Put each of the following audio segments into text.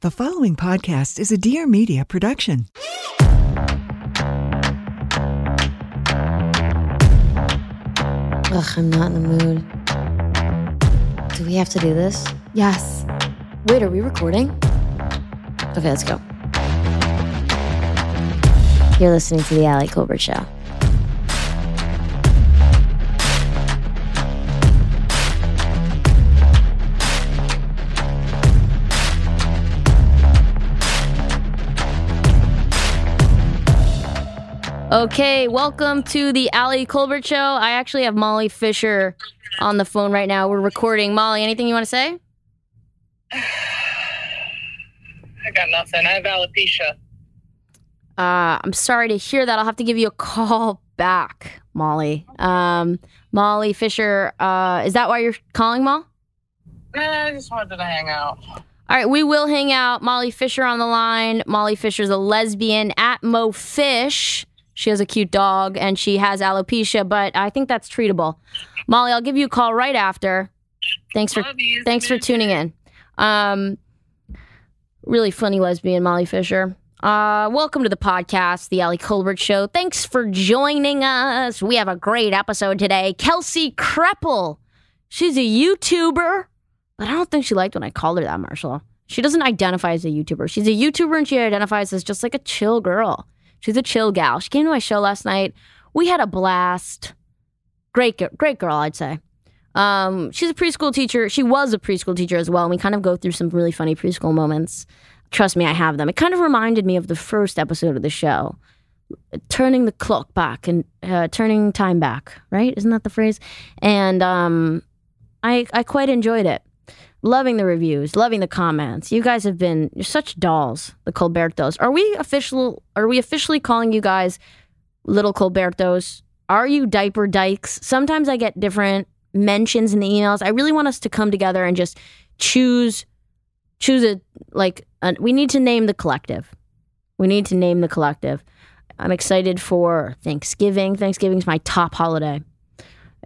The following podcast is a Dear Media production. Ugh, I'm not in the mood. Do we have to do this? Yes. Wait, are we recording? Okay, let's go. You're listening to The Allie Colbert Show. Okay, welcome to The Allie Colbert Show. I actually have Molly Fisher on the phone right now. We're recording. Molly, anything you want to say? I got nothing. I have alopecia. Uh, I'm sorry to hear that. I'll have to give you a call back, Molly. Um, Molly Fisher, uh, is that why you're calling, Molly? Nah, I just wanted to hang out. All right, we will hang out. Molly Fisher on the line. Molly Fisher's a lesbian at Mo Fish. She has a cute dog and she has alopecia, but I think that's treatable. Molly, I'll give you a call right after. Thanks for Love you. thanks for tuning in. Um, really funny lesbian Molly Fisher. Uh, welcome to the podcast, The Ali Colbert Show. Thanks for joining us. We have a great episode today. Kelsey Kreppel. She's a YouTuber, but I don't think she liked when I called her that, Marshall. She doesn't identify as a YouTuber. She's a YouTuber and she identifies as just like a chill girl. She's a chill gal. She came to my show last night. We had a blast. Great, gi- great girl, I'd say. Um, she's a preschool teacher. She was a preschool teacher as well. And we kind of go through some really funny preschool moments. Trust me, I have them. It kind of reminded me of the first episode of the show, turning the clock back and uh, turning time back. Right? Isn't that the phrase? And um, I I quite enjoyed it. Loving the reviews, loving the comments. You guys have been you're such dolls, the Colbertos. Are we official? Are we officially calling you guys little Colbertos? Are you diaper dykes? Sometimes I get different mentions in the emails. I really want us to come together and just choose choose a like a, we need to name the collective. We need to name the collective. I'm excited for Thanksgiving. Thanksgiving's my top holiday.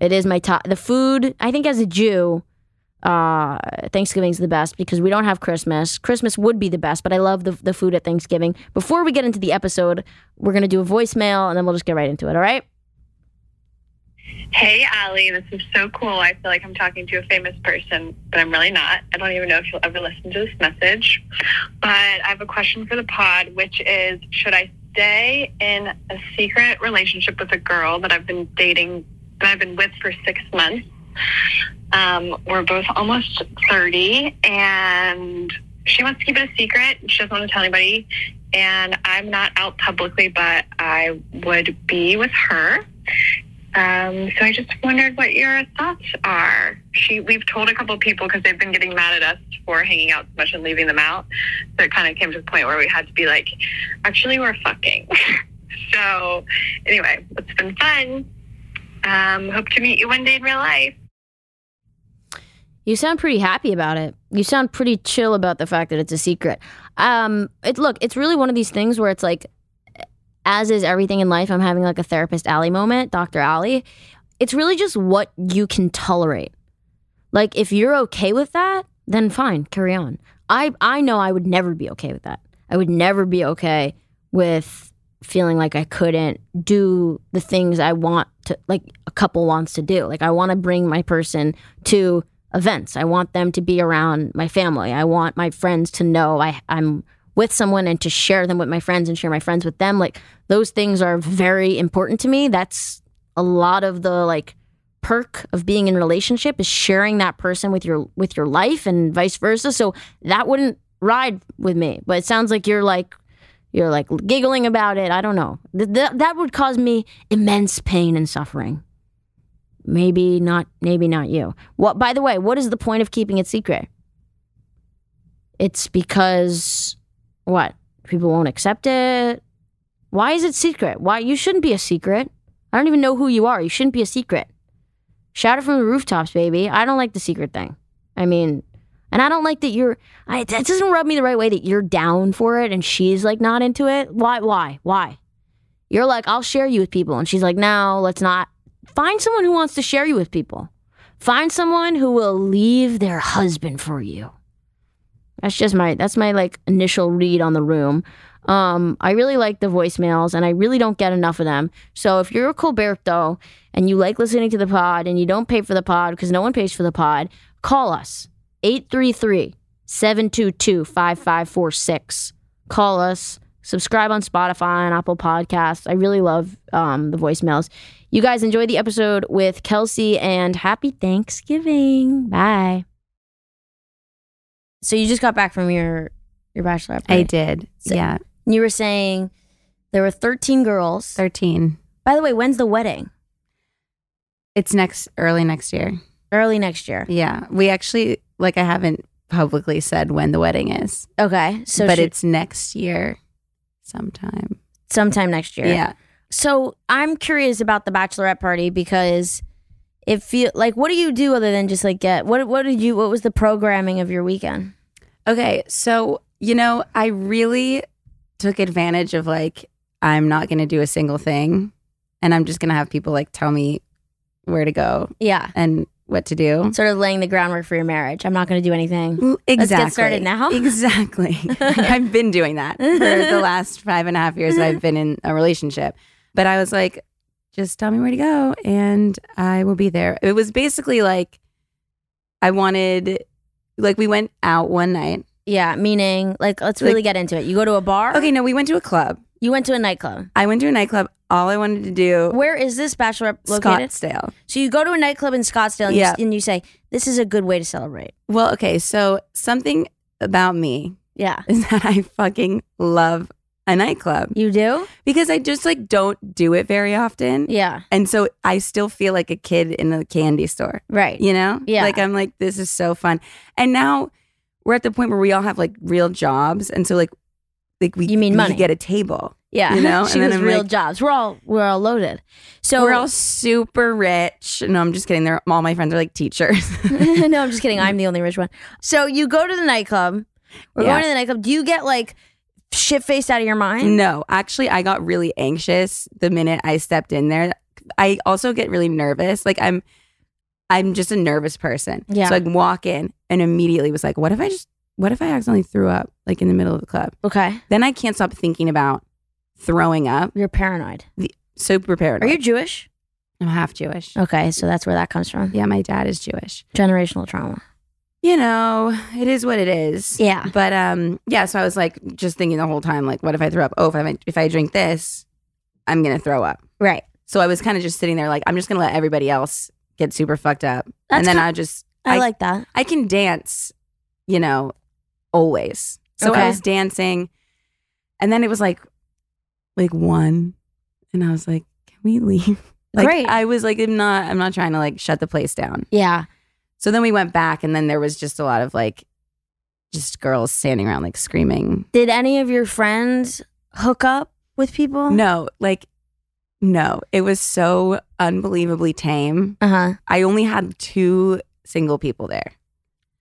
It is my top the food, I think as a Jew, uh Thanksgiving's the best because we don't have Christmas. Christmas would be the best, but I love the the food at Thanksgiving. Before we get into the episode, we're going to do a voicemail and then we'll just get right into it, all right? Hey, Allie, this is so cool. I feel like I'm talking to a famous person, but I'm really not. I don't even know if you'll ever listen to this message. But I have a question for the pod, which is should I stay in a secret relationship with a girl that I've been dating, that I've been with for six months? Um, we're both almost 30, and she wants to keep it a secret. She doesn't want to tell anybody. And I'm not out publicly, but I would be with her. Um, so I just wondered what your thoughts are. She, we've told a couple people because they've been getting mad at us for hanging out so much and leaving them out. So it kind of came to the point where we had to be like, actually, we're fucking. so anyway, it's been fun. Um, hope to meet you one day in real life. You sound pretty happy about it. You sound pretty chill about the fact that it's a secret. Um, it look, it's really one of these things where it's like, as is everything in life, I'm having like a therapist Alley moment, Doctor Alley. It's really just what you can tolerate. Like, if you're okay with that, then fine, carry on. I I know I would never be okay with that. I would never be okay with feeling like I couldn't do the things I want to, like a couple wants to do. Like, I want to bring my person to events. I want them to be around my family. I want my friends to know I, I'm with someone and to share them with my friends and share my friends with them. Like those things are very important to me. That's a lot of the like perk of being in a relationship is sharing that person with your with your life and vice versa. So that wouldn't ride with me. But it sounds like you're like you're like giggling about it. I don't know. Th- th- that would cause me immense pain and suffering. Maybe not. Maybe not you. What? By the way, what is the point of keeping it secret? It's because what people won't accept it. Why is it secret? Why you shouldn't be a secret? I don't even know who you are. You shouldn't be a secret. Shout it from the rooftops, baby. I don't like the secret thing. I mean, and I don't like that you're. I, it doesn't rub me the right way that you're down for it and she's like not into it. Why? Why? Why? You're like, I'll share you with people, and she's like, no, let's not find someone who wants to share you with people. Find someone who will leave their husband for you. That's just my that's my like initial read on the room. Um, I really like the voicemails, and I really don't get enough of them. So if you're a Colberto and you like listening to the pod and you don't pay for the pod because no one pays for the pod, call us 833 722 5546. Call us. Subscribe on Spotify and Apple Podcasts. I really love um, the voicemails. You guys enjoy the episode with Kelsey and happy Thanksgiving. Bye. So you just got back from your your bachelorette. I party. did. So- yeah. You were saying there were 13 girls. 13. By the way, when's the wedding? It's next, early next year. Early next year. Yeah. We actually, like, I haven't publicly said when the wedding is, Okay. So but she- it's next year sometime. sometime next year. Yeah. So I'm curious about the bachelorette party because it feel like what do you do other than just like get what what did you what was the programming of your weekend? Okay, so you know, I really took advantage of like I'm not going to do a single thing, and I'm just going to have people like tell me where to go Yeah. and what to do. Sort of laying the groundwork for your marriage. I'm not going to do anything. L- Exactly. Let's get started now. Exactly. I've been doing that for the last five and a half years that I've been in a relationship. But I was like, just tell me where to go and I will be there. It was basically like I wanted, like, we went out one night. Yeah, meaning like let's Like- really get into it. You go to a bar. Okay, no, we went to a club. You went to a nightclub. I went to a nightclub. All I wanted to do Where is this bachelorette located? Scottsdale. So you go to a nightclub in Scottsdale and, Yeah. you, and you say, "This is a good way to celebrate." Well, okay, so something about me Yeah. is that I fucking love a nightclub You do? because I just like don't do it very often. Yeah. And so I still feel like a kid in a candy store, Right. you know? Yeah. Like I'm like this is so fun. And now we're at the point where we all have like real jobs and so like like we You mean we money. get a table. Yeah. You know? she And then was I'm real like- jobs. We're all we're all loaded. So we're all super rich. No, I'm just kidding. They're all my friends are like teachers. no, I'm just kidding. I'm the only rich one. So you go to the nightclub. We're Yeah. going to the nightclub. Do you get like shit faced out of your mind? No, actually, I got really anxious the minute I stepped in there. I also get really nervous. Like I'm, I'm just a nervous person. Yeah. So I walk in and immediately was like, "What if I just? What if I accidentally threw up like in the middle of the club?" Okay. Then I can't stop thinking about throwing up. You're paranoid. Super paranoid. Are you Jewish? I'm half Jewish. Okay, so that's where that comes from. Yeah, my dad is Jewish. Generational trauma. You know, it is what it is. Yeah. But um, yeah. So I was like, just thinking the whole time, like, what if I throw up? Oh, if I if I drink this, I'm gonna throw up. Right. So I was kind of just sitting there like, I'm just gonna let everybody else get super fucked up. That's and then kind- I just I, I- like that. I can dance, you know, always. So Okay. I was dancing. And then it was like like one. And I was like, can we leave? Like Great. I was like, I'm not I'm not trying to like shut the place down. Yeah. So then we went back and then there was just a lot of like just girls standing around like screaming. Did any of your friends hook up with people? No, like no. It was so unbelievably tame. Uh huh. I only had two single people there.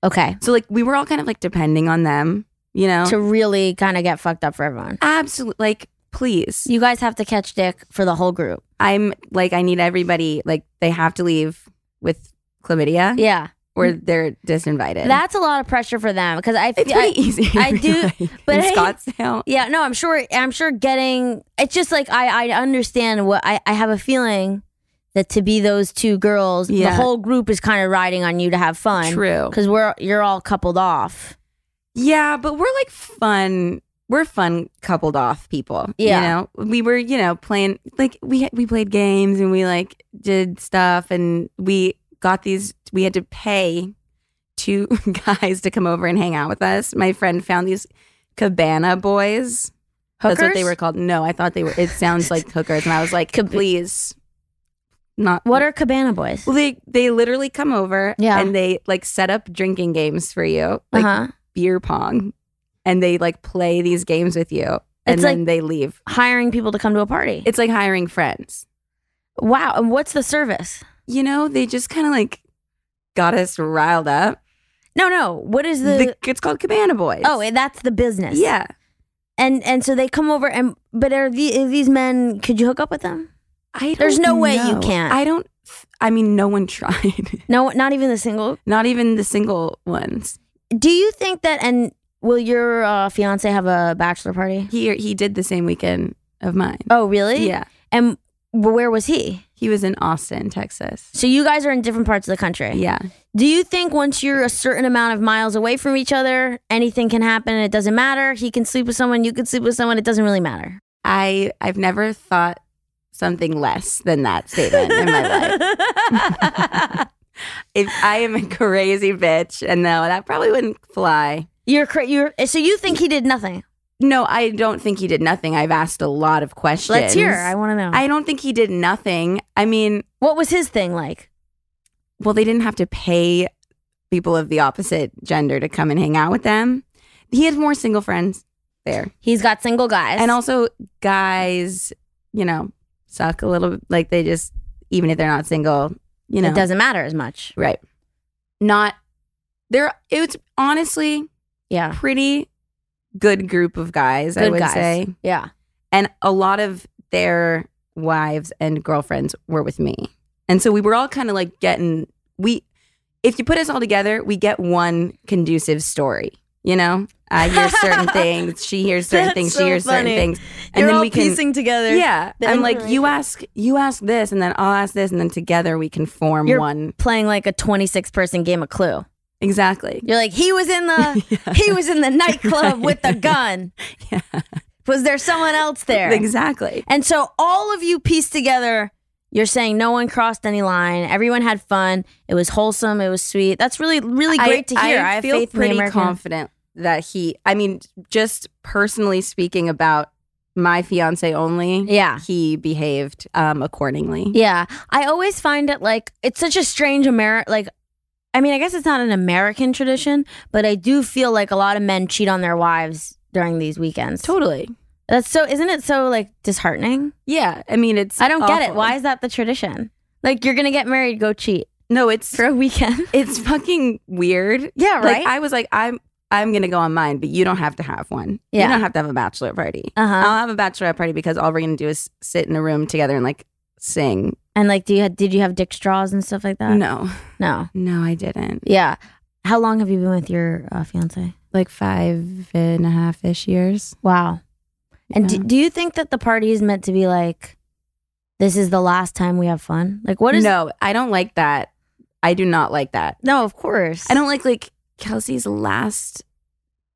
Okay. So like we were all kind of like depending on them, you know. To really kind of get fucked up for everyone. Absolutely like please. You guys have to catch dick for the whole group. I'm like I need everybody like they have to leave with chlamydia Yeah. or they're disinvited. That's a lot of pressure for them because I it's I- pretty easy. I do- but in I- Scottsdale. Yeah, no, I'm sure. I'm sure getting. It's just like I, I understand what I, I have a feeling that to be those two girls, the Yeah. whole group is kind of riding on you to have fun. True. Because we're you're all coupled off. Yeah, but we're like fun. We're fun coupled off people. Yeah. You know, we were, you know, playing like we we played games and we like did stuff and we got these we had to pay two guys to come over and hang out with us. My friend found these cabana boys. That's what they Hookers? were called. No, I thought they were it sounds like hookers and I was like, Cab- please not What are Cabana Boys? well, they they literally come over Yeah. and they like set up drinking games for you. Like uh huh. beer pong and they like play these games with you and It's then like- they leave. Hiring people to come to a party. It's like hiring friends. wow. And what's the service? You know, they just kind of like got us riled up. No, no. What is the? The, it's called Cabana Boys. oh, that's the business. yeah. And and so they come over and but are, the, are these men? Could you hook up with them? I There's no don't way you know. can't. I don't, I mean, no one tried, No, not even the single not even the single ones. do you think that and Will your uh, fiance have a bachelor party? He he did the same weekend of mine. Oh, really? Yeah, And w- where was he? he was in Austin, Texas. So you guys are in different parts of the country. Yeah, Do you think once you're a certain amount of miles away from each other, anything can happen and it doesn't matter? He can sleep with someone, you can sleep with someone, it doesn't really matter. I I've never thought something less than that statement in my life. if I am a crazy bitch, and no, that probably wouldn't fly. you're cra- you're so you think he did nothing. No, I don't think he did nothing. I've asked a lot of questions. Let's hear. I want to know. I don't think he did nothing. I mean, what was his thing like? well, they didn't have to pay people of the opposite gender to come and hang out with them. He had more single friends there, He's got single guys. and also guys, you know, suck a little. Like they just, even if they're not single, you know, it doesn't matter as much. right? Not there. It's honestly Yeah. pretty good group of guys, I Good would guys. say. Yeah. And a lot of their wives and girlfriends were with me. And so we were all kind of like getting we if you put us all together, we get one conducive story. You know? I hear certain things, she hears certain That's things, so she hears funny. certain things. And then we can together. Yeah. the I'm like, you information. ask you ask this and then I'll ask this and then together we can form You're- one. Playing like a 26 person game of Clue. Exactly. You're like he was in the he was in the nightclub with the gun. Yeah. Was there someone else there? Exactly. And so all of you pieced together, you're saying no one crossed any line. Everyone had fun. It was wholesome. It was sweet. That's really, really great to hear. I, have feel faith pretty in the American. confident that he. I mean, just personally speaking about my fiance only. Yeah. he behaved um, accordingly. Yeah. I always find it like it's such a strange American, like, I mean, I guess it's not an American tradition, but I do feel like a lot of men cheat on their wives during these weekends. Totally. That's so, isn't it so like disheartening? Yeah, I mean, it's. I don't get it. awful. Why is that the tradition? Like, you're going to get married, go cheat No, it's for a weekend. it's fucking weird. Yeah, Like I was like, I'm I'm gonna go on mine, but you don't have to have one. Yeah. You don't have to have a bachelor party. uh huh. I'll have a bachelorette party because all we're gonna do is sit in a room together and like sing. And like, do you have, did you have dick straws and stuff like that? no, No. no, I didn't. Yeah. How long have you been with your uh, fiance? Like five and a half ish years. Wow. And Yeah. do, do you think that the party is meant to be like, this is the last time we have fun? Like, what is no? I don't like that. I do not like that. No, of course. I don't like like Kelsey's last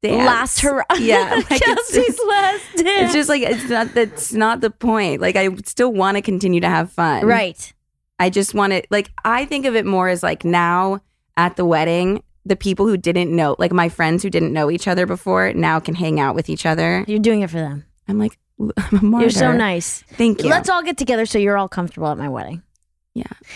dance. last hurrah. Yeah, like, it's Chelsea's just- last dance. It's just like it's not that's not the point. Like I still want to continue to have fun. right. I just want to like I think of it more as like now at the wedding, the people who didn't know, like my friends who didn't know each other before, now can hang out with each other. You're doing it for them. I'm like I'm a martyr. You're so nice. Thank you. Let's all get together so you're all comfortable at my wedding.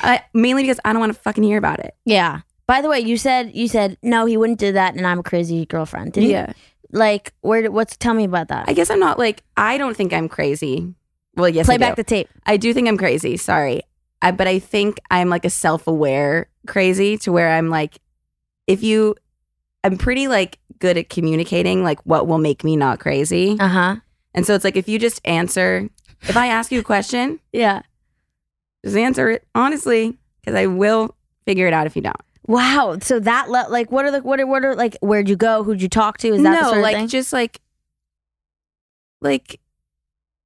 I, mainly because I don't want to fucking hear about it. Yeah. By the way, you said you said no, he wouldn't do that, and I'm a crazy girlfriend. Did yeah. He, like, where? did- What's? Tell me about that. I guess I'm not like I don't think I'm crazy. Well, yes, Play I do. back the tape. I do think I'm crazy. Sorry. I, but I think I'm like a self aware crazy to where I'm like, if you, I'm pretty like good at communicating like what will make me not crazy. Uh huh. And so it's like, if you just answer, if I ask you a question, Yeah. just answer it honestly, because I will figure it out if you don't. Wow. So that le- like what are the what are what are like where'd you go? Who'd you talk to? Is that no, the sort of like thing? just like, like,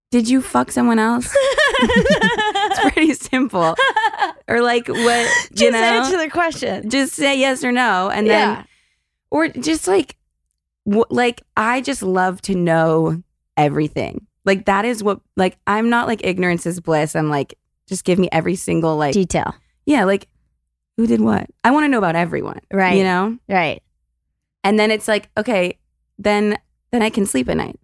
did you fuck someone else? it's pretty simple. Or like what you Just know? answer the question. just say yes or no and Yeah. then or just like w- like i just love to know everything like that is what like i'm not like ignorance is bliss i'm like just give me every single like Detail. yeah like who did what i want to know about everyone Right. you know Right. and then it's like okay then then i can sleep at night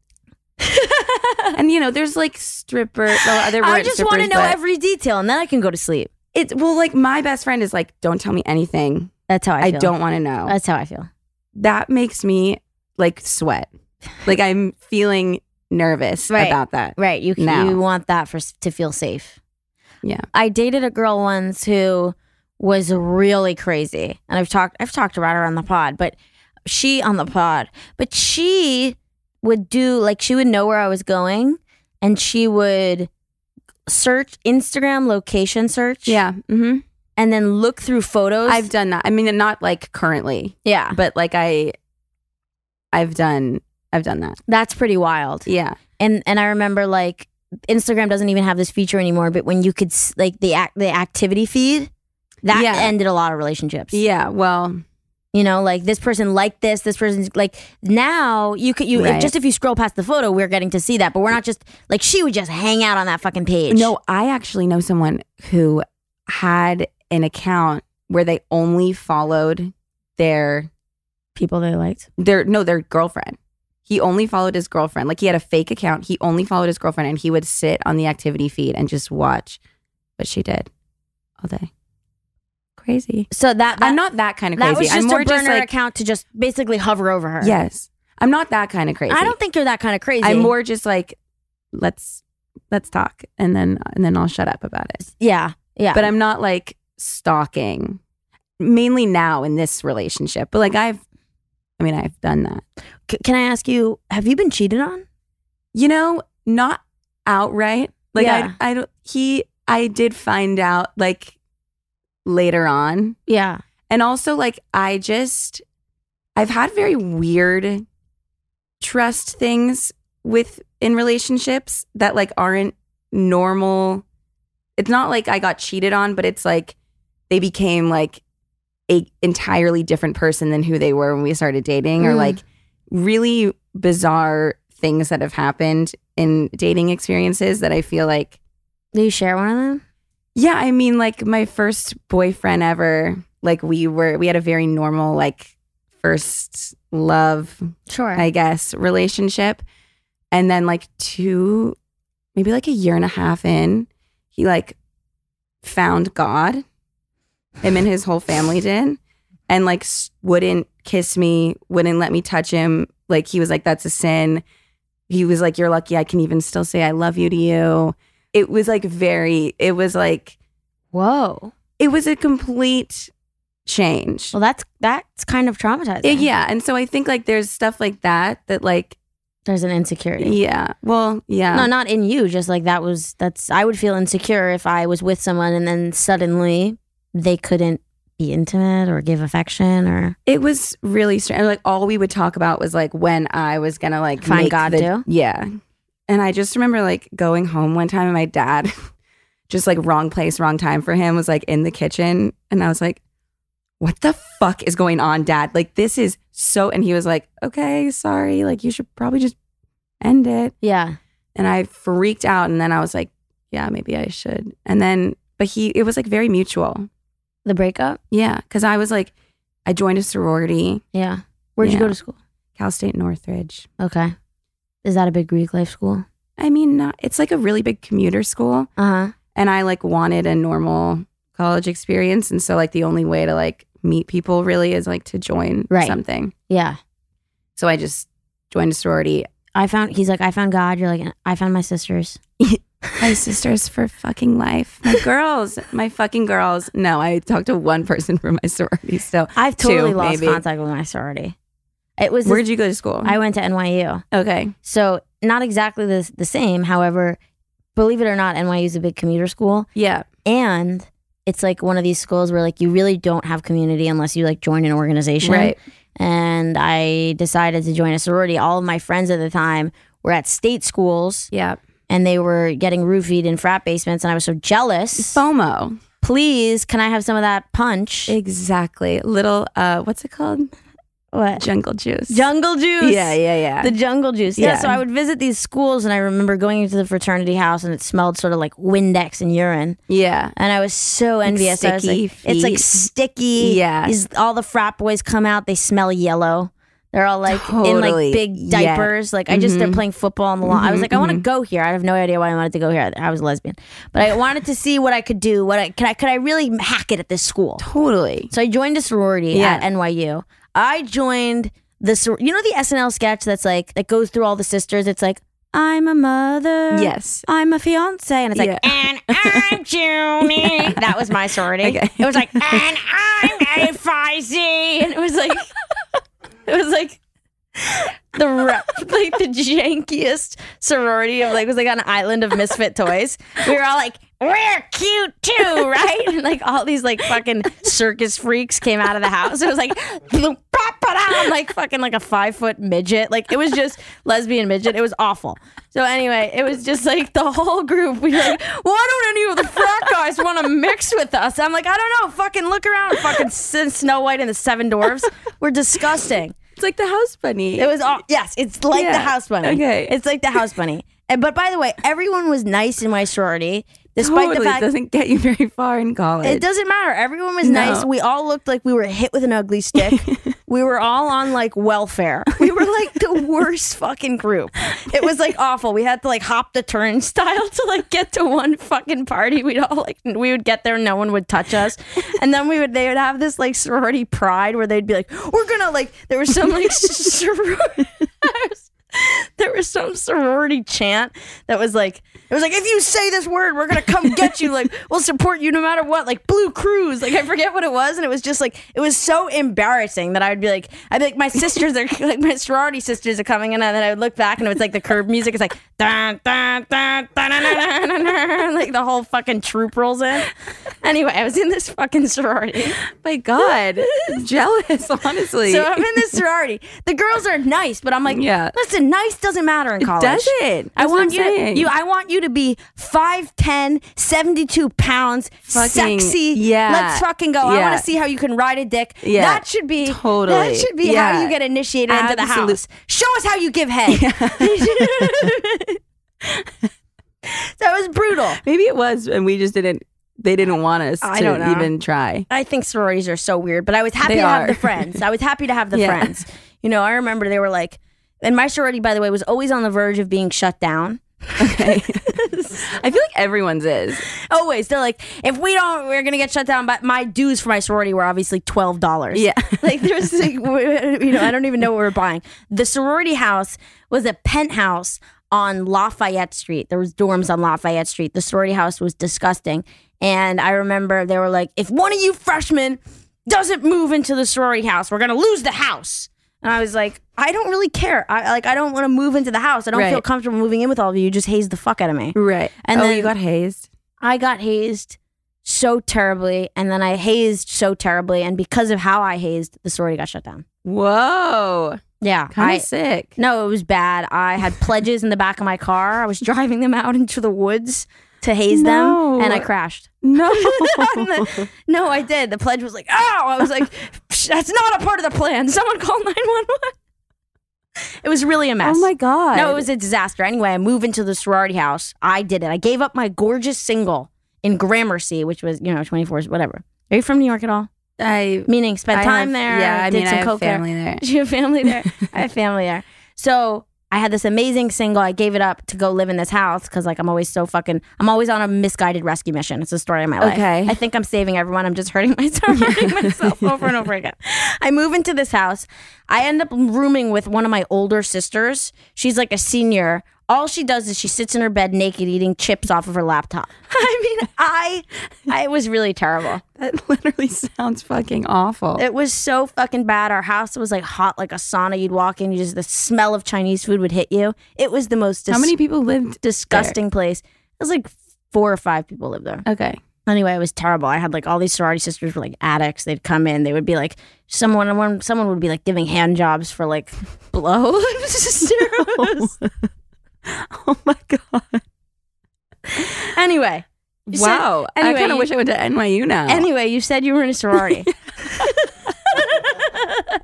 and you know there's like stripper well, other I just want to know every every detail and then I can go to sleep. it's well like my best friend is like don't tell me anything That's how I i, feel. don't want to know That's how I feel. that makes me like sweat. Like I'm feeling nervous Right. about that. Right. You No. you want that for s- to feel safe. Yeah. I dated a girl once who was really crazy. And I've talked I've talked about her on the pod, but she on the pod, but she would do like she would know where I was going and she would search Instagram location search Yeah. hmm and then look through photos. I've done that. I mean, not like currently, yeah. but like I, I've done I've done that. That's pretty wild. Yeah. and and I remember like Instagram doesn't even have this feature anymore. But when you could s- like the act the activity feed, that Yeah. ended a lot of relationships. Yeah. Well, you know, like this person liked this, this person's like now you could you if- Right. just if you scroll past the photo, we're getting to see that. But we're not just like she would just hang out on that fucking page. no, I actually know someone who had an account where they only followed their people they liked. their no, their girlfriend. He only followed his girlfriend. Like he had a fake account. He only followed his girlfriend and he would sit on the activity feed and just watch what she did all day. Crazy. So that, that I'm not that kind of that crazy. was just I'm a burner like, account to just basically hover over her. Yes. I'm not that kind of crazy. I don't think you're that kind of crazy. I'm more just like let's let's talk and then and then I'll shut up about it. yeah yeah. But I'm not like stalking mainly now in this relationship. But like I've I mean I've done that. C- can I ask you? Have you been cheated on? You know, not outright. Like Yeah. I I don't he I did find out like later on. Yeah. And also like I just I've had very weird trust things with in relationships that like aren't normal. It's not like I got cheated on, but it's like they became like a entirely different person than who they were when we started dating or Mm. like really bizarre things that have happened in dating experiences that I feel like Do you share one of them? yeah, I mean, like my first boyfriend ever, like we were, we had a very normal, like, first love, Sure. I guess, relationship. And then, like, two, maybe like a year and a half in, he like found God, him and his whole family did, and like s- wouldn't kiss me, wouldn't let me touch him. Like, he was like, that's a sin. He was like, you're lucky I can even still say I love you to you. It was like very, it was like, Whoa. it was a complete change. Well, that's that's kind of traumatizing. Yeah, yeah, and so I think like there's stuff like that that like There's an insecurity. yeah, well yeah, No, not in you. Just like that was that's I would feel insecure if I was with someone and then suddenly they couldn't be intimate or give affection or it was really strange. Like all we would talk about was like when I was gonna like Find make God the- do? Yeah, and I just remember like going home one time and my dad, just like wrong place, wrong time for him, was like in the kitchen, and I was like, "What the fuck is going on, Dad? Like this is so." And he was like, "Okay, sorry. Like you should probably just end it." yeah. and I freaked out. And then I was like, yeah, maybe I should. And then, but he, it was like very mutual. The breakup? Yeah. Cause I was like, I joined a sorority, Yeah. Where'd you Yeah. go to school? Cal State Northridge. Okay. Is that a big Greek life school? I mean, not, it's like a really big commuter school. Uh-huh. And I like wanted a normal college experience. And so, like, the only way to like meet people really is like to join Right. something. Yeah. So I just joined a sorority. I found he's like, I found God. You're like, I found my sisters. My sisters for fucking life. My girls, my fucking girls. No, I talked to one person from my sorority. So I've totally Two, lost maybe. contact with my sorority. It was Where this, did you go to school? I went to NYU. okay. So not exactly the the same. However, believe it or not, NYU is a big commuter school. Yeah. and it's like one of these schools where like you really don't have community unless you like join an organization Right. and i decided to join a sorority all of my friends at the time were at state schools Yeah. and they were getting roofied in frat basements and i was so jealous FOMO. please can i have some of that punch Exactly. Little uh what's it called? what Uh, Jungle juice. jungle juice Yeah, yeah, yeah. the jungle juice yeah. Yeah. so i would visit these schools and i remember going into the fraternity house and it smelled sort of like windex and urine yeah. and i was so envious I was like, sticky it's like feet. sticky Yeah. These- all the frat boys come out, they smell yellow. They're all like in like Totally. big Yeah. diapers. Like I just they're Mhm. playing football on the lawn. I was Mhm, like, I want to mhm. go here. I have no idea why I wanted to go here. I was a lesbian, but I wanted to see what I could do. What I could I could I really hack it at this school? Totally. So I joined a sorority Yeah. at NYU. I joined the sor- you know the SNL sketch that's like that goes through all the sisters. It's like I'm a mother. Yes. I'm a fiance, and it's like, Yeah. and I'm Junie. That was my sorority. Okay. It was like, and I'm a Pfizer. and it was like, it was like the rough- like the jankiest sorority of like it was like an island of misfit toys. We were all like, we're cute too, right? and like all these like fucking circus freaks came out of the house. It was like, bloop, bop, ba-dum, like fucking like a five foot midget. Like it was just lesbian midget. It was awful. So anyway, it was just like the whole group. We were like, why don't any of the frat guys want to mix with us? I'm like, I don't know. Fucking look around. Fucking S- Snow White and the Seven Dwarfs. We're disgusting. It's like the house bunny. It was all yes. It's like Yeah. the house bunny. Okay. it's like the house bunny. And but by the way, everyone was nice in my sorority, despite totally the fact doesn't get you very far in college. it doesn't matter. Everyone was No. nice. We all looked like we were hit with an ugly stick. we were all on like welfare. We were like the worst fucking group. It was like awful. We had to like hop the turnstile to like get to one fucking party. We'd all like we would get there, no one would touch us, and then we would they would have this like sorority pride where they'd be like, we're gonna like there was some like sorority. There was some sorority chant that was like, it was like, if you say this word, we're gonna come get you. Like, we'll support you no matter what. Like Blue Cruise. Like I forget what it was, and it was just like it was so embarrassing that I would be like, I'd be like, my sisters are like my sorority sisters are coming in, and then I would look back and it was like the curb music is like dun, dun, dun, dun, dun, dun, dun, dun, like the whole fucking troop rolls in. Anyway, I was in this fucking sorority. My God, jealous. Honestly, So I'm in this sorority. The girls are nice, but I'm like, Yeah. listen, nice doesn't matter in college. doesn't. I That's what want I'm you to, saying. you I want you to be 5'10, 72 pounds, Fucking- sexy. yeah. Let's fucking go. I Yeah. want to see how you can ride a dick. Yeah. That should be Totally. That should be how Yeah. you get initiated into Absolute- the house. Show us how you give head. that was brutal. maybe it was, and we just didn't. They didn't want us I to don't know. even try. I think sororities are so weird, but I was happy They to have are. the friends. I was happy to have the Yeah. friends. You know, I remember they were like, and my sorority, by the way, was always on the verge of being shut down. Okay. I feel like everyone's is. Always. They're like, if we don't, we're going to get shut down. But my dues for my sorority were obviously $12. Yeah. Like, there's, like, w- you know, I don't even know what we were buying. The sorority house was a penthouse on Lafayette Street. There was dorms on Lafayette Street. The sorority house was disgusting. And I remember they were like, if one of you freshmen doesn't move into the sorority house, we're going to lose the house. And I was like, I don't really care. I like I don't want to move into the house. I don't Right. feel comfortable moving in with all of you. You just haze the fuck out of me. Right. And And then then- you got hazed. I got hazed so terribly, and then I hazed so terribly, and because of how I hazed, the sorority got shut down. Whoa. Yeah, Kind I- of sick. no, it was bad. I had pledges in the back of my car. I was driving them out into the woods to haze No. them, and I crashed. No. Oh And the- no, I did. The pledge was like, "Oh," I was like, "Psh, "That's not a part of the plan." Someone call nine one one. It was really a mess. oh my God. No, it was a disaster. Anyway, I moved into the sorority house. I did it. I gave up my gorgeous single in Gramercy, which was, you know, 24, whatever. Are you from New York at all? I. Meaning, spent I time have- there. Yeah. I did mean, some I have coke there. family there. Do you have family there? I have family there. So I had this amazing single. I gave it up to go live in this house because, like, I'm always so fucking. I'm always on a misguided rescue mission. It's the story of my life. Okay. I think I'm saving everyone. I'm just hurting myself, hurting myself over and over again. I move into this house. I end up rooming with one of my older sisters. She's like a senior. All she does is she sits in her bed naked, eating chips off of her laptop. I mean, I, I it was really terrible. That literally sounds fucking awful. It was so fucking bad. Our house was like hot, like a sauna. You'd walk in, you just the smell of Chinese food would hit you. It was the most dis- How many people lived? disgusting place. It was like four or five people lived there. Okay. Anyway, it was terrible. I had like all these sorority sisters were like addicts. They'd come in, they would be like someone one someone would be like giving hand jobs for like blow. It was just- it was- Oh my God. anyway. You said- Wow. anyway, I kind you- of wish I went to NYU now. Anyway, you said you were in a sorority.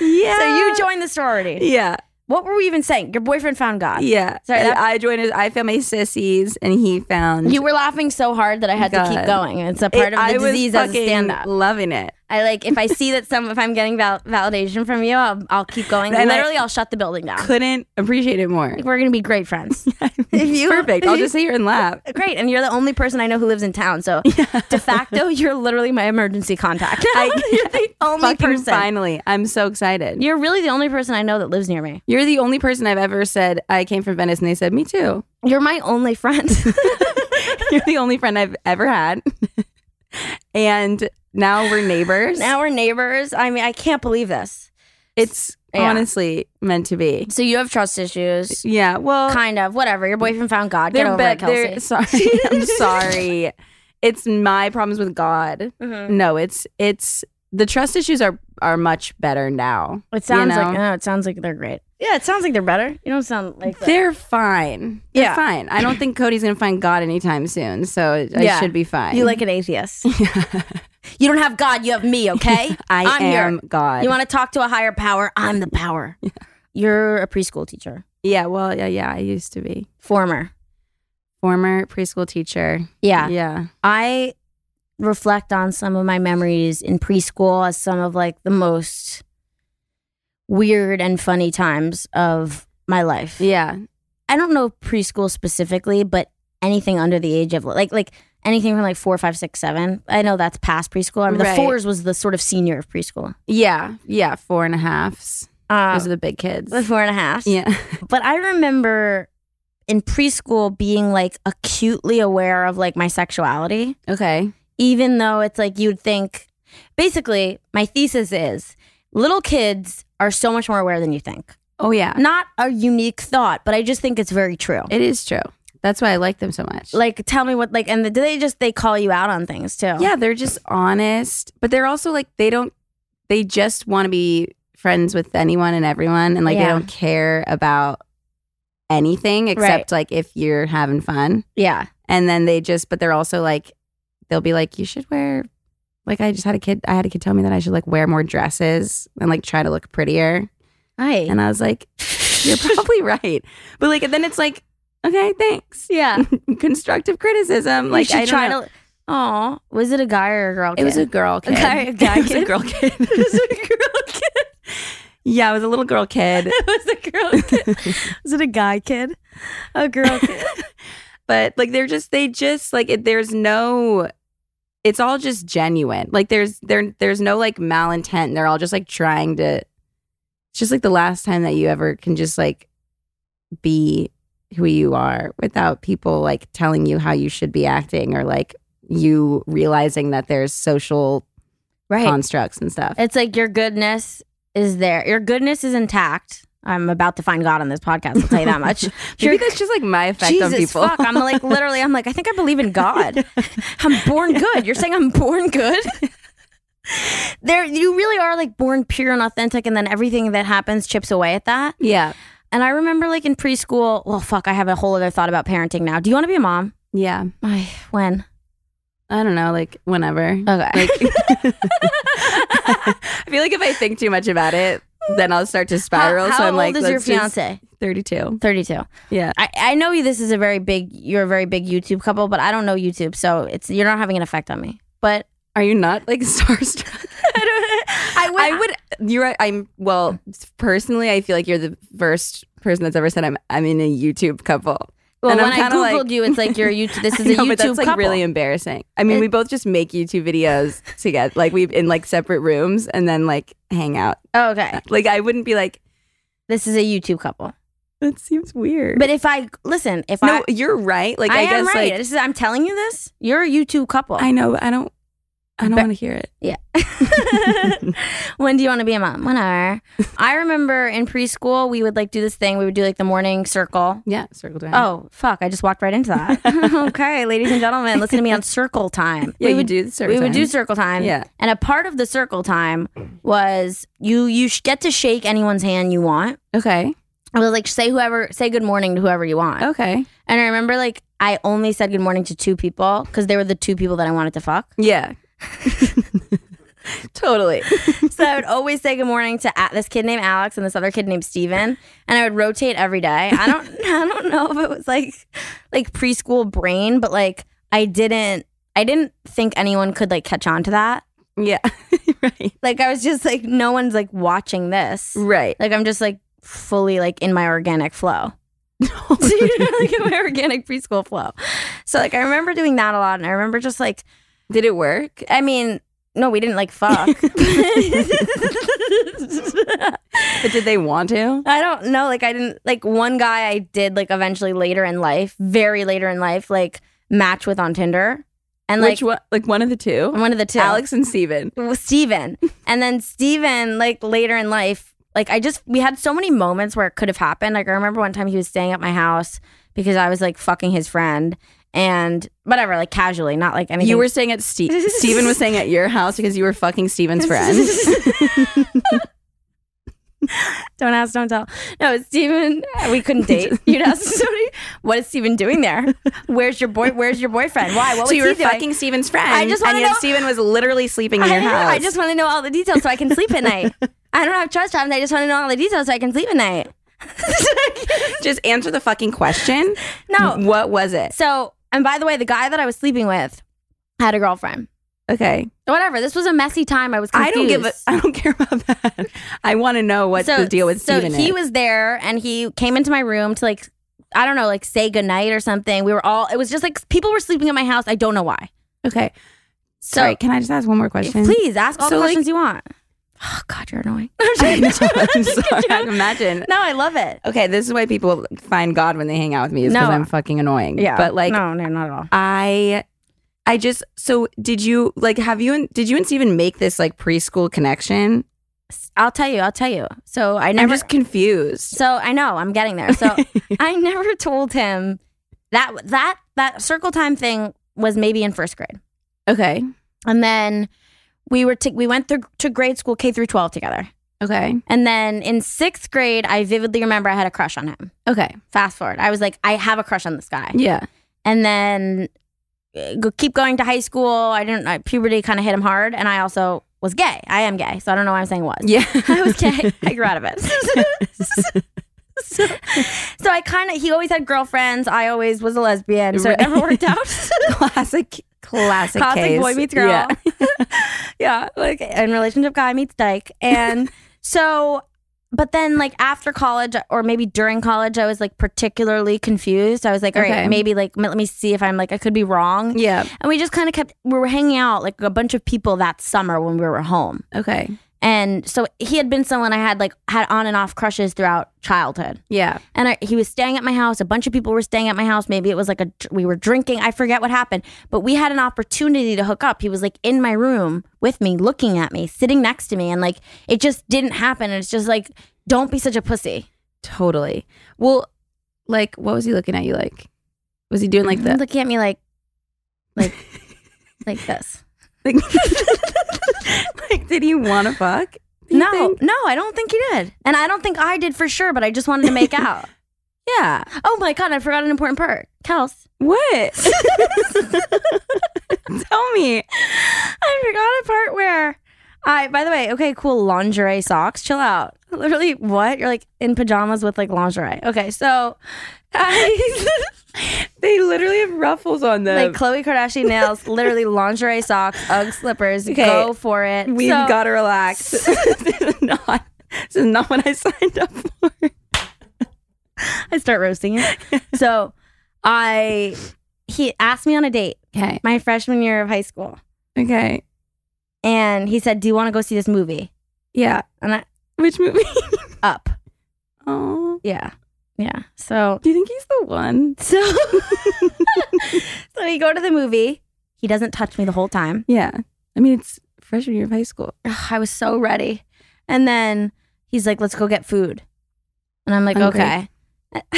yeah. so you joined the sorority. Yeah. What were we even saying? Your boyfriend found God. Yeah. Sorry, And that- I joined. His, I found my sissies, and he found. You were laughing so hard that I had to keep God. going. It's a part It- of the I was disease as a fucking stand up. Loving it. I like if I see that some if I'm getting val- validation from you, I'll, I'll keep going. And I- Literally, I, will shut the building down. Couldn't appreciate it more. Like, we're gonna be great friends. if you Perfect. I'll just sit here and laugh. great, and you're the only person I know who lives in town. So de facto, you're literally my emergency contact. you're the only Fucking person. finally. I'm so excited. You're really the only person I know that lives near me. You're the only person I've ever said I came from Venice, and they said me too. You're my only friend. You're the only friend I've ever had, and now we're neighbors. now we're neighbors. I mean, I can't believe this. it's Yeah. honestly meant to be. So you have trust issues, Yeah. Well, kind of. Whatever. Your boyfriend found God. Get they're over bad- it, Kelsey. they're- sorry. I'm sorry. It's my problems with God. Mhm. No, it's it's the trust issues are are much better now. It sounds know? like no. It sounds like they're great. Yeah, it sounds like they're better. You don't sound like that. They're fine. They're Yeah. fine. I don't think Cody's gonna find God anytime soon, so it, Yeah. I should be fine. You like an atheist. You don't have God. You have me. Okay. I I'm here. am God. You want to talk to a higher power? I'm the power. You're a preschool teacher, yeah. Well. Yeah. Yeah. I used to be former. former preschool teacher. Yeah. Yeah. I reflect on some of my memories in preschool as some of like the most weird and funny times of my life. Yeah. I don't know preschool specifically, but anything under the age of like like anything from like four, five, six, seven. I know that's past preschool. I mean, the Right. fours was the sort of senior of preschool. Yeah. Yeah. Four and a halfs. Um, Those are the big kids. the four and a half. Yeah. But I remember in preschool being like acutely aware of like my sexuality, Okay. even though it's like you'd think. Basically, my thesis is little kids are so much more aware than you think. Oh yeah. Not a unique thought, but I just think it's very true. It is true. That's why I like them so much. like, tell me what like, and do they just they call you out on things too? yeah, they're just honest, but they're also like they don't. They just want to be friends with anyone and everyone, and like Yeah. they don't care about anything except like if you're having fun. yeah, And then they just, but they're also like, they'll be like, you should wear. Like I just had a kid. I had a kid tell me that I should like wear more dresses and like try to look prettier. I And I was like, you're probably right. But like then it's like, okay, thanks. yeah. Constructive criticism. Like you should I don't try know. to. Oh, was it a guy or a girl? It was a kid? girl kid. guy- a guy it was a kid? girl kid. it was a girl kid. Yeah, it was a little girl kid. it was a girl kid. was it a guy kid? A girl kid. but like they're just they just like it, there's no it's all just genuine. Like there's there there's no like malintent. They're all just like trying to it's just like the last time that you ever can just like be who you are without people like telling you how you should be acting or like you realizing that there's social right. constructs and stuff. It's like your goodness is there. Your goodness is intact. I'm about to find God on this podcast. I'll tell you that much. Maybe Your- that's just like my effect Jesus on people. fuck! I'm like literally. I'm like I think I believe in God. I'm born good. You're saying I'm born good. there, you really are like born pure and authentic, and then everything that happens chips away at that. Yeah. And I remember like in preschool. Well, fuck! I have a whole other thought about parenting now. Do you want to be a mom? Yeah. I, when? I don't know, like whenever. Okay. Like I feel like if I think too much about it, then I'll start to spiral. how so I'm old like, is your let's just- fiance? 32. 32. Yeah. I, I know you. This is a very big. You're a very big YouTube couple, but I don't know YouTube, so it's you're not having an effect on me. But Are you not like starstruck? I I would- would. I would. You're. right, I'm. Well, personally, I feel like you're the first person that's ever said I'm. I'm in a YouTube couple. well, And I'm when I kinda googled like- you, it's like you're a YouTube. This is I a know, YouTube but that's like couple. really embarrassing. I mean, It- we both just make YouTube videos together, like we in like separate rooms, and then like hang out. oh, okay, Like I wouldn't be like. this is a YouTube couple. That seems weird. But if I listen, if I, no, you're right. Like I, I, am guess right. like this is, I'm telling you this. You're a YouTube couple. I know, but I don't. I don't want to hear it. when do you want to be a mom? Whenever. I remember in preschool, we would like do this thing. We would do like the morning circle. Yeah, circle down. Oh fuck! I just walked right into that. okay, ladies and gentlemen, listen to me on circle time. yeah, we you would do the circle. we would do time. circle time. Yeah. And a part of the circle time was you you sh- get to shake anyone's hand you want. Okay. I was like say whoever say good morning to whoever you want. Okay. And I remember like I only said good morning to two people because they were the two people that I wanted to fuck. Yeah. totally. so I would always say good morning to a- this kid named Alex and this other kid named Steven. and I would rotate every day. I don't I don't know if it was like like preschool brain, but like I didn't I didn't think anyone could like catch on to that. Yeah. right. Like I was just like no one's like watching this. Right. Like I'm just like fully like in my organic flow. so you know, like in my organic preschool flow. So like I remember doing that a lot, and I remember just like Did it work? I mean, no, we didn't like fuck. But did they want to? I don't know. Like I didn't like one guy I did like eventually later in life, very later in life, like match with on Tinder, and like Which one? Like one of the two? one of the two, Alex and Steven. Steven. and then Steven, like later in life, Like I just we had so many moments where it could have happened. Like I remember one time he was staying at my house because I was like fucking his friend and whatever, like casually, not like anything. You were staying at Steve. Steven was staying at your house because you were fucking Steven's friend. don't ask, don't tell. No, Steven, uh, we couldn't date. You'd ask somebody, what is Steven doing there? Where's your boy? Where's your boyfriend? Why? What was so you he were doing? fucking Steven's friend. I just and wanna yet know- Steven was literally sleeping in I, your house. I just want to know all the details so I can sleep at night. I don't have trust problems. I just want to know all the details so I can sleep at night. just answer the fucking question. no. What was it? So, and by the way, the guy that I was sleeping with had a girlfriend. Okay. Whatever. This was a messy time. I was confused. I don't give a I don't care about that. I want to know what the deal with so Steven he is. was there and he came into my room to like I don't know, like say goodnight or something. We were all it was just like people were sleeping at my house. I don't know why. okay. So Sorry, can I just ask one more question? please ask all So, the like- questions you want. Oh God, you're annoying. I know, I'm sorry. I can imagine. no, I love it. Okay, this is why people find God when they hang out with me is because No. I'm fucking annoying. Yeah. But like No, no, not at all. I I just so did you like have you and did you and Steven make this like preschool connection? I'll tell you, I'll tell you. So I I'm never just confused. So I know I'm getting there. So I never told him that that that circle time thing was maybe in first grade, Okay. and then we were t- we went through to grade school K through twelve together, Okay. and then in sixth grade I vividly remember I had a crush on him. Okay. Fast forward, I was like I have a crush on this guy, Yeah. and then uh, go, keep going to high school. I didn't I, puberty kind of hit him hard, and I also was gay. I am gay, so I don't know why I'm saying was. Yeah. I was gay. I grew out of it. so, so I kind of, he always had girlfriends. I always was a lesbian. So it never worked out. classic classic Classic case. boy meets girl. Yeah. yeah. Like, and relationship guy meets dyke. And so, but then like after college or maybe during college, I was like particularly confused. I was like, all right, Okay. maybe like, m- let me see if I'm like, I could be wrong. Yeah. And we just kind of kept, we were hanging out like a bunch of people that summer when we were home. Okay. And so he had been someone I had like had on and off crushes throughout childhood. Yeah. And I, he was staying at my house. A bunch of people were staying at my house. Maybe it was like a we were drinking. I forget what happened, but we had an opportunity to hook up. He was like in my room with me, looking at me, sitting next to me, and like it just didn't happen. And it's just like, don't be such a pussy. Totally. Well, like, what was he looking at you like? Was he doing like the looking at me like, like, like this. like, like, did he want to fuck? do you No, think? no, I don't think he did, and I don't think I did for sure. But I just wanted to make out. Yeah. oh my god, I forgot an important part. Kels, What? Tell me. I forgot a part where I by the way, okay, cool, lingerie socks. Chill out. Literally, what? You're like in pajamas with like lingerie. Okay, so I They literally have ruffles on them. like Chloe Kardashian nails, literally lingerie socks, Ugg slippers. Okay, Go for it. We've So- got to relax. this is not. This is not what I signed up for. I start roasting it. so I he asked me on a date Okay. my freshman year of high school. Okay. And he said, Do you want to go see this movie? Yeah. And I Which movie? up. Oh, Yeah. Yeah. So do you think he's the one? So, so we go to the movie. He doesn't touch me the whole time. Yeah. I mean, it's freshman year of high school. Ugh, I was so ready. And then he's like, let's go get food. And I'm like, Hungry. okay.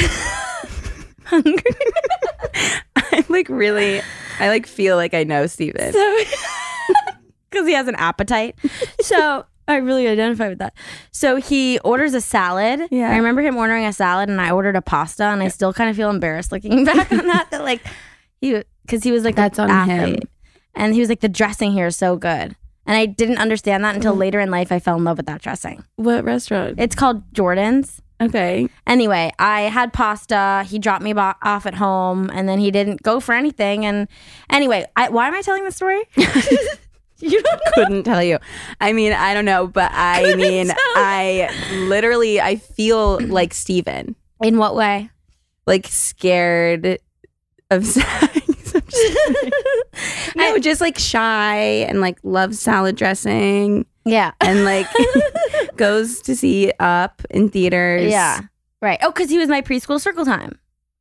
Hungry. I'm like really, I like feel like I know Steven. So, because he has an appetite. So I really identify with that. So he orders a salad. Yeah. I remember him ordering a salad, and I ordered a pasta, and I still kind of feel embarrassed looking back on that. That like he, because he was like That's an on him. athlete. and he was like the dressing here is so good. And I didn't understand that Mm. until later in life. I fell in love with that dressing. What restaurant? It's called Jordan's. Okay. Anyway, I had pasta. He dropped me bo- off at home, and then he didn't go for anything. And anyway, I, why am I telling this story? you don't know. Couldn't tell you. I mean, I don't know, but I mean, tell. I literally, I feel like Steven, In what way? like scared of sex. I'm just kidding. no, just like shy and like loves salad dressing Yeah. and like goes to see Up in theaters. Yeah. Right. Oh, because he was my preschool circle time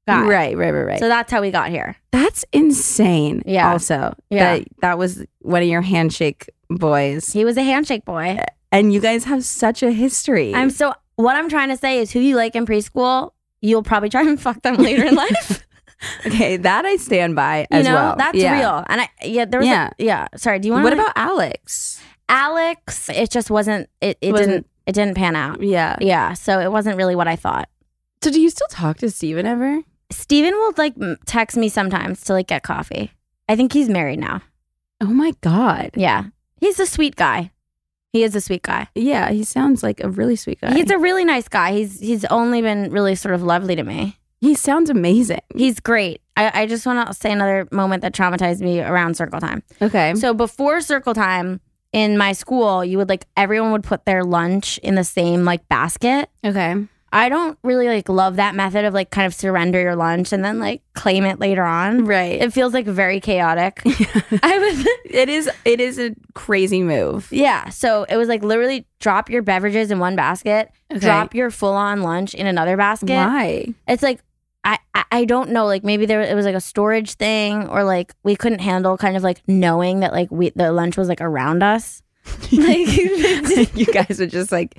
guy. Right, right, right, right. So that's how we got here. That's insane. Yeah. Also, Yeah. That, that was one of your handshake boys. He was a handshake boy. and you guys have such a history. I'm so. What I'm trying to say is, who you like in preschool, you'll probably try and fuck them later in life. okay, that I stand by You as know, well. that's Yeah. real. And I, yeah, there was, yeah, Yeah. yeah. Sorry, do you want? What about Alex? Alex? It just wasn't. It, it Wasn't- didn't. It didn't pan out. Yeah. Yeah, so it wasn't really what I thought. So do you still talk to Steven ever? Steven will like m- text me sometimes to like get coffee. I think he's married now. Oh my god. Yeah, he's a sweet guy. He is a sweet guy. Yeah, he sounds like a really sweet guy. He's a really nice guy. He's he's only been really sort of lovely to me. he sounds amazing. He's great. I, I just want to say another moment that traumatized me around circle time. Okay. So before circle time in my school, you would like everyone would put their lunch in the same like basket. okay. I don't really like love that method of like kind of surrender your lunch and then like claim it later on. Right. It feels like very chaotic. I was it is it is a crazy move. yeah. So it was like literally drop your beverages in one basket, drop your full on lunch in another basket. Why? it's like I, I I don't know like maybe there it was like a storage thing or like we couldn't handle kind of like knowing that like we the lunch was like around us like you guys are just like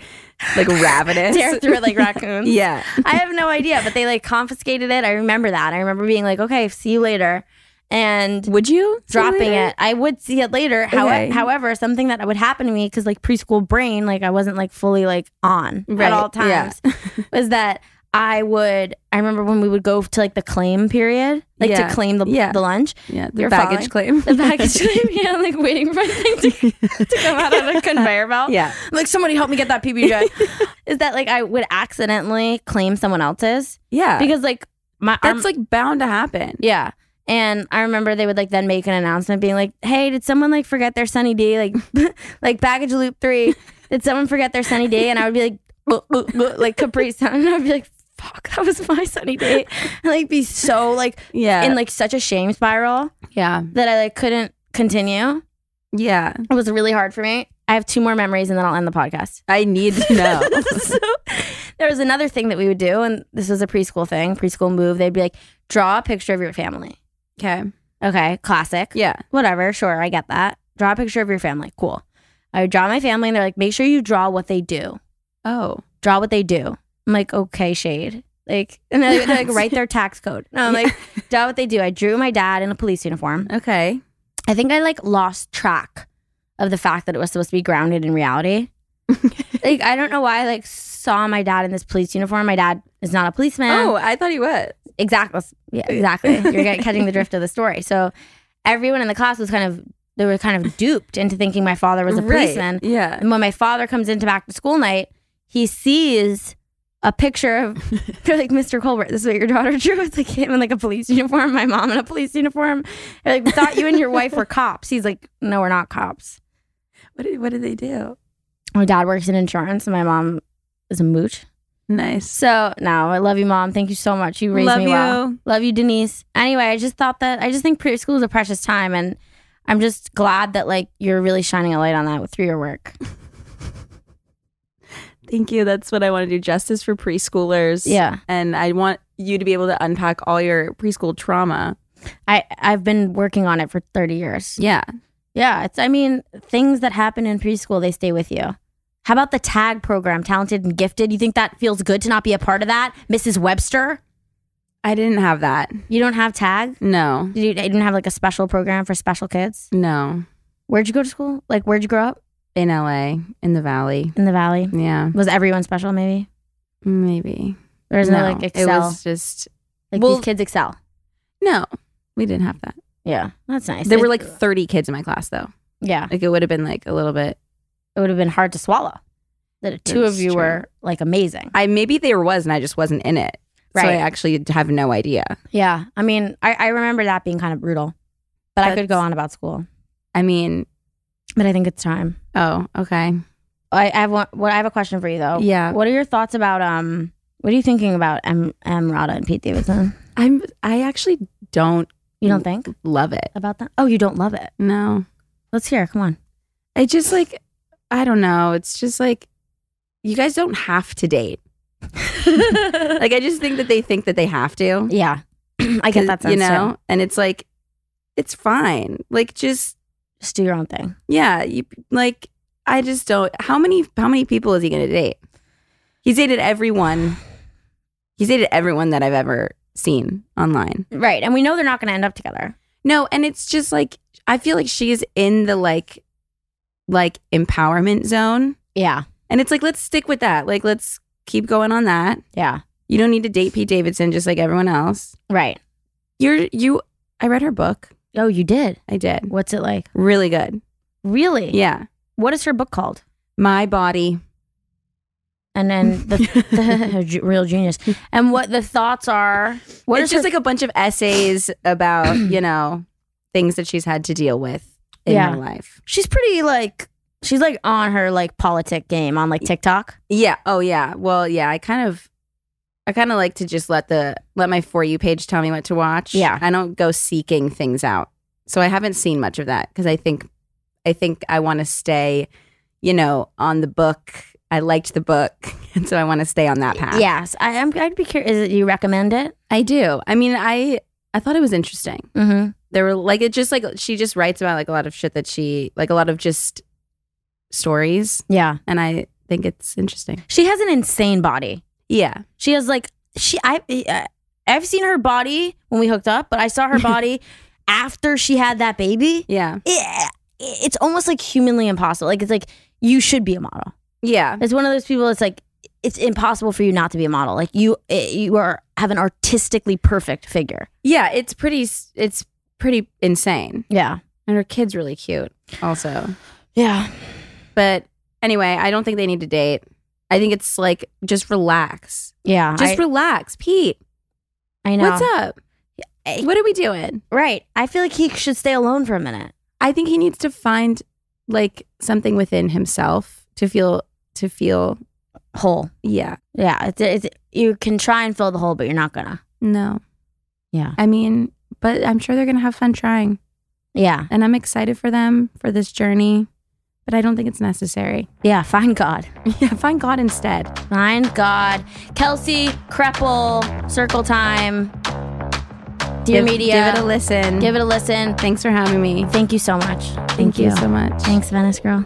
like ravenous. tear through it like raccoons yeah. I have no idea but they like confiscated it I remember that I remember being like okay see you later and Would you see dropping later? it I would see it later How, Okay. however something that would happen to me because like preschool brain like I wasn't like fully like on Right, at all yeah. times was that I would I remember when we would go to like the claim period like Yeah, to claim the, yeah. the lunch Yeah, the You're baggage claim. the package claim yeah like waiting for a thing to, to come out of the conveyor belt yeah. like somebody help me get that PBJ is that like I would accidentally claim someone else's Yeah. because like my Uh, arm- that's like bound to happen. yeah. And I remember they would like then make an announcement being like, "Hey, did someone like forget their Sunny D like like package loop 3? Did someone forget their Sunny D?" And I would be like "Buh, buh, buh," like Capri Sun and I'd be like, "Fuck, that was my Sunny D." And like be so like Yeah. in like such a shame spiral yeah. that I like couldn't continue. Yeah. It was really hard for me. I have two more memories and then I'll end the podcast. I need to know. so there was another thing that we would do, and this was a preschool thing, preschool move. They'd be like, draw a picture of your family. okay. Okay, classic. Yeah. Whatever, sure, I get that. Draw a picture of your family. Cool. I would draw my family, and they're like, make sure you draw what they do. Oh. Draw what they do. I'm like, okay, shade. Like, and they're, they're like, write their tax code. No, I'm like, draw what they do. I drew my dad in a police uniform. Okay. I think I like lost track of the fact that it was supposed to be grounded in reality. like I don't know why I like saw my dad in this police uniform. My dad is not a policeman. Oh, I thought he was. exactly. Yeah, exactly. You're get, catching the drift of the story. So everyone in the class was kind of they were kind of duped into thinking my father was a Right. policeman. Yeah. And when my father comes into back to school night, he sees a picture of they're like Mr. Colbert. This is what your daughter drew. It's like him in like a police uniform, my mom in a police uniform. They're like, we thought you and your wife were cops. He's like, no, we're not cops. What did, what did they do? My dad works in insurance, and my mom is a mooch. Nice. So no, I love you, mom. Thank you so much. You raised Love me you. well. Love you, Denise. Anyway, I just thought that I just think preschool is a precious time, and I'm just glad that like you're really shining a light on that with through your work. Thank you. That's what I want to do. Justice for preschoolers. Yeah. And I want you to be able to unpack all your preschool trauma. I I've been working on it for 30 years. Yeah. Yeah, it's I mean, things that happen in preschool, they stay with you. How about the tag program, talented and gifted? You think that feels good to not be a part of that? Mrs. Webster, I didn't have that. you don't have tag? No. Did you, you didn't have like a special program for special kids? No. Where'd you go to school? Like where'd you grow up? In LA, in the valley. In the valley. Yeah. Was everyone special maybe? Maybe. There's no, No, like excel. It was just like well- these kids excel. no. We didn't have that. Yeah. That's nice. There It- were like 30 kids in my class though. Yeah. Like it would have been like a little bit. It would have been hard to swallow. That two That's of you true. were like amazing. I maybe there was and I just wasn't in it. So I Right. actually have no idea. Yeah. I mean, I, I remember that being kind of brutal. But I could go That's- on about school. I mean, But I think it's time. oh, okay. I, I have one, what I have a question for you though. Yeah. What are your thoughts about um? What are you thinking about M. M. Rada and Pete Davidson? I'm I actually don't You don't think love it. about that? Oh, you don't love it. No. Let's hear. it. Come on. I just like, I don't know. It's just like, you guys don't have to date. like, I just think that they think that they have to. Yeah, I get that sense. You know? And it's like, it's fine. Like, just, too. just do your own thing. yeah, you like, I just don't. How many how many people is he going to date? He's dated everyone. He's dated everyone that I've ever seen online. Right. And we know they're not going to end up together. No, and it's just like I feel like she's in the like like empowerment zone. Yeah. And it's like let's stick with that. Like let's keep going on that. Yeah. You don't need to date Pete Davidson just like everyone else. Right. You're you I read her book. Oh, you did. I did. What's it like? Really good. Really? Yeah. What is her book called? My body. And then the, the ge- real genius. And what the thoughts are? What it's is just like a bunch of essays about, you know, things that she's had to deal with in Yeah. her life. she's pretty like she's like on her like politic game on like TikTok. Yeah. Oh yeah. Well, yeah, I kind of I kind of like to just let the let my for you page tell me what to watch. Yeah. I don't go seeking things out. So I haven't seen much of that cuz I think I think I want to stay, you know, on the book. I liked the book, and so I want to stay on that path. Yes, I, I'm. I'd be curious. Is it you recommend it? I do. I mean, I I thought it was interesting. Mm-hmm. there were like it just like she just writes about like a lot of shit that she like a lot of just stories Yeah, and i think it's interesting she has an insane body. yeah She has like she. I. I I've seen her body when we hooked up, but I saw her body after she had that baby. yeah It, it's almost like humanly impossible. Like it's like you should be a model. yeah It's one of those people. It's like it's impossible for you not to be a model. Like you, you are have an artistically perfect figure. yeah it's pretty s- it's pretty insane Yeah, and her kid's really cute also yeah. but anyway i don't think they need to date i think it's like just relax Yeah, just I, relax pete I know. what's up I- what are we doing Right. I feel like he should stay alone for a minute. i think he needs to find like something within himself to feel to feel Hole. yeah Yeah. It's, it's, you can try and fill the hole, but you're not gonna. no Yeah. I mean, but I'm sure they're going to have fun trying. Yeah. And I'm excited for them for this journey, but I don't think it's necessary. Yeah. Find God. Yeah, find God instead. Find God. Kelsey Kreppel. Circle time. Dear give, media. Give it a listen. Give it a listen. Thanks for having me. Thank you so much. Thank, you. so much. Thanks, Venice girl.